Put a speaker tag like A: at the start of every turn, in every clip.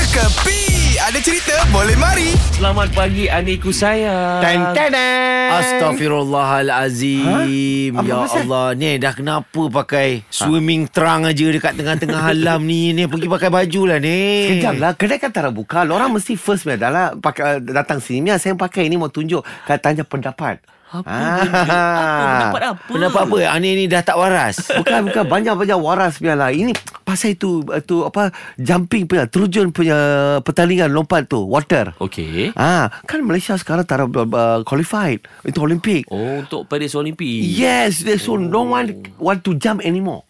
A: Kepi Ada cerita boleh mari
B: Selamat pagi amiku saya.
C: Ehm,
D: Tan tan tan.
C: Astaghfirullahalazim.
D: Ha? Apa
C: Ya
D: pasal?
C: Allah, ni dah kenapa pakai swimming trunk aja dekat tengah-tengah halam ni? Ni pergi pakai baju lah ni.
D: Kejap
B: Eh.
D: lah Kedai kan tak nak buka Orang mesti first punya Dah lah pakai, Datang sini Mia saya pakai ini Mau tunjuk Kata tanya pendapat Ah. Apa
B: Pendapat apa?
C: Kenapa apa? Ah, ni ni dah tak waras.
D: Bukan bukan banyak-banyak waras punya lah. Ini pasal itu uh, tu apa jumping punya terjun punya pertandingan lompat tu water.
B: Okey.
D: Ah, kan Malaysia sekarang tak uh, qualified untuk Olimpik.
B: Oh, untuk Paris Olimpik.
D: Yes, they- so no one want to jump anymore.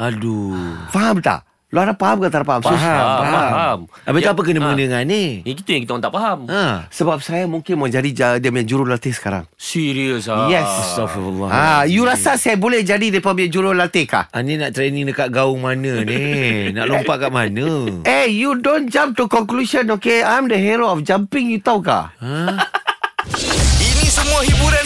C: Aduh.
D: Faham tak? Lu ada faham ke tak faham? So,
B: Faham, faham.
C: Habis tu
B: Ya,
C: apa
B: ha.
C: kena mengena
D: Ah.
C: dengan ni?
B: Ini kita yang kita orang tak faham.
C: Ha.
D: Sebab saya mungkin mau jadi ja- dia punya jurulatih sekarang.
B: Serius ah.
D: Yes.
C: Astaghfirullah.
D: Ah, you rasa saya boleh jadi dia punya jurulatih kah?
C: Ah, ni nak training dekat gaung mana ni? Nak lompat kat mana?
D: Eh, you don't jump to conclusion, okay? I'm the hero of jumping, you tahu kah?
A: Ini semua hiburan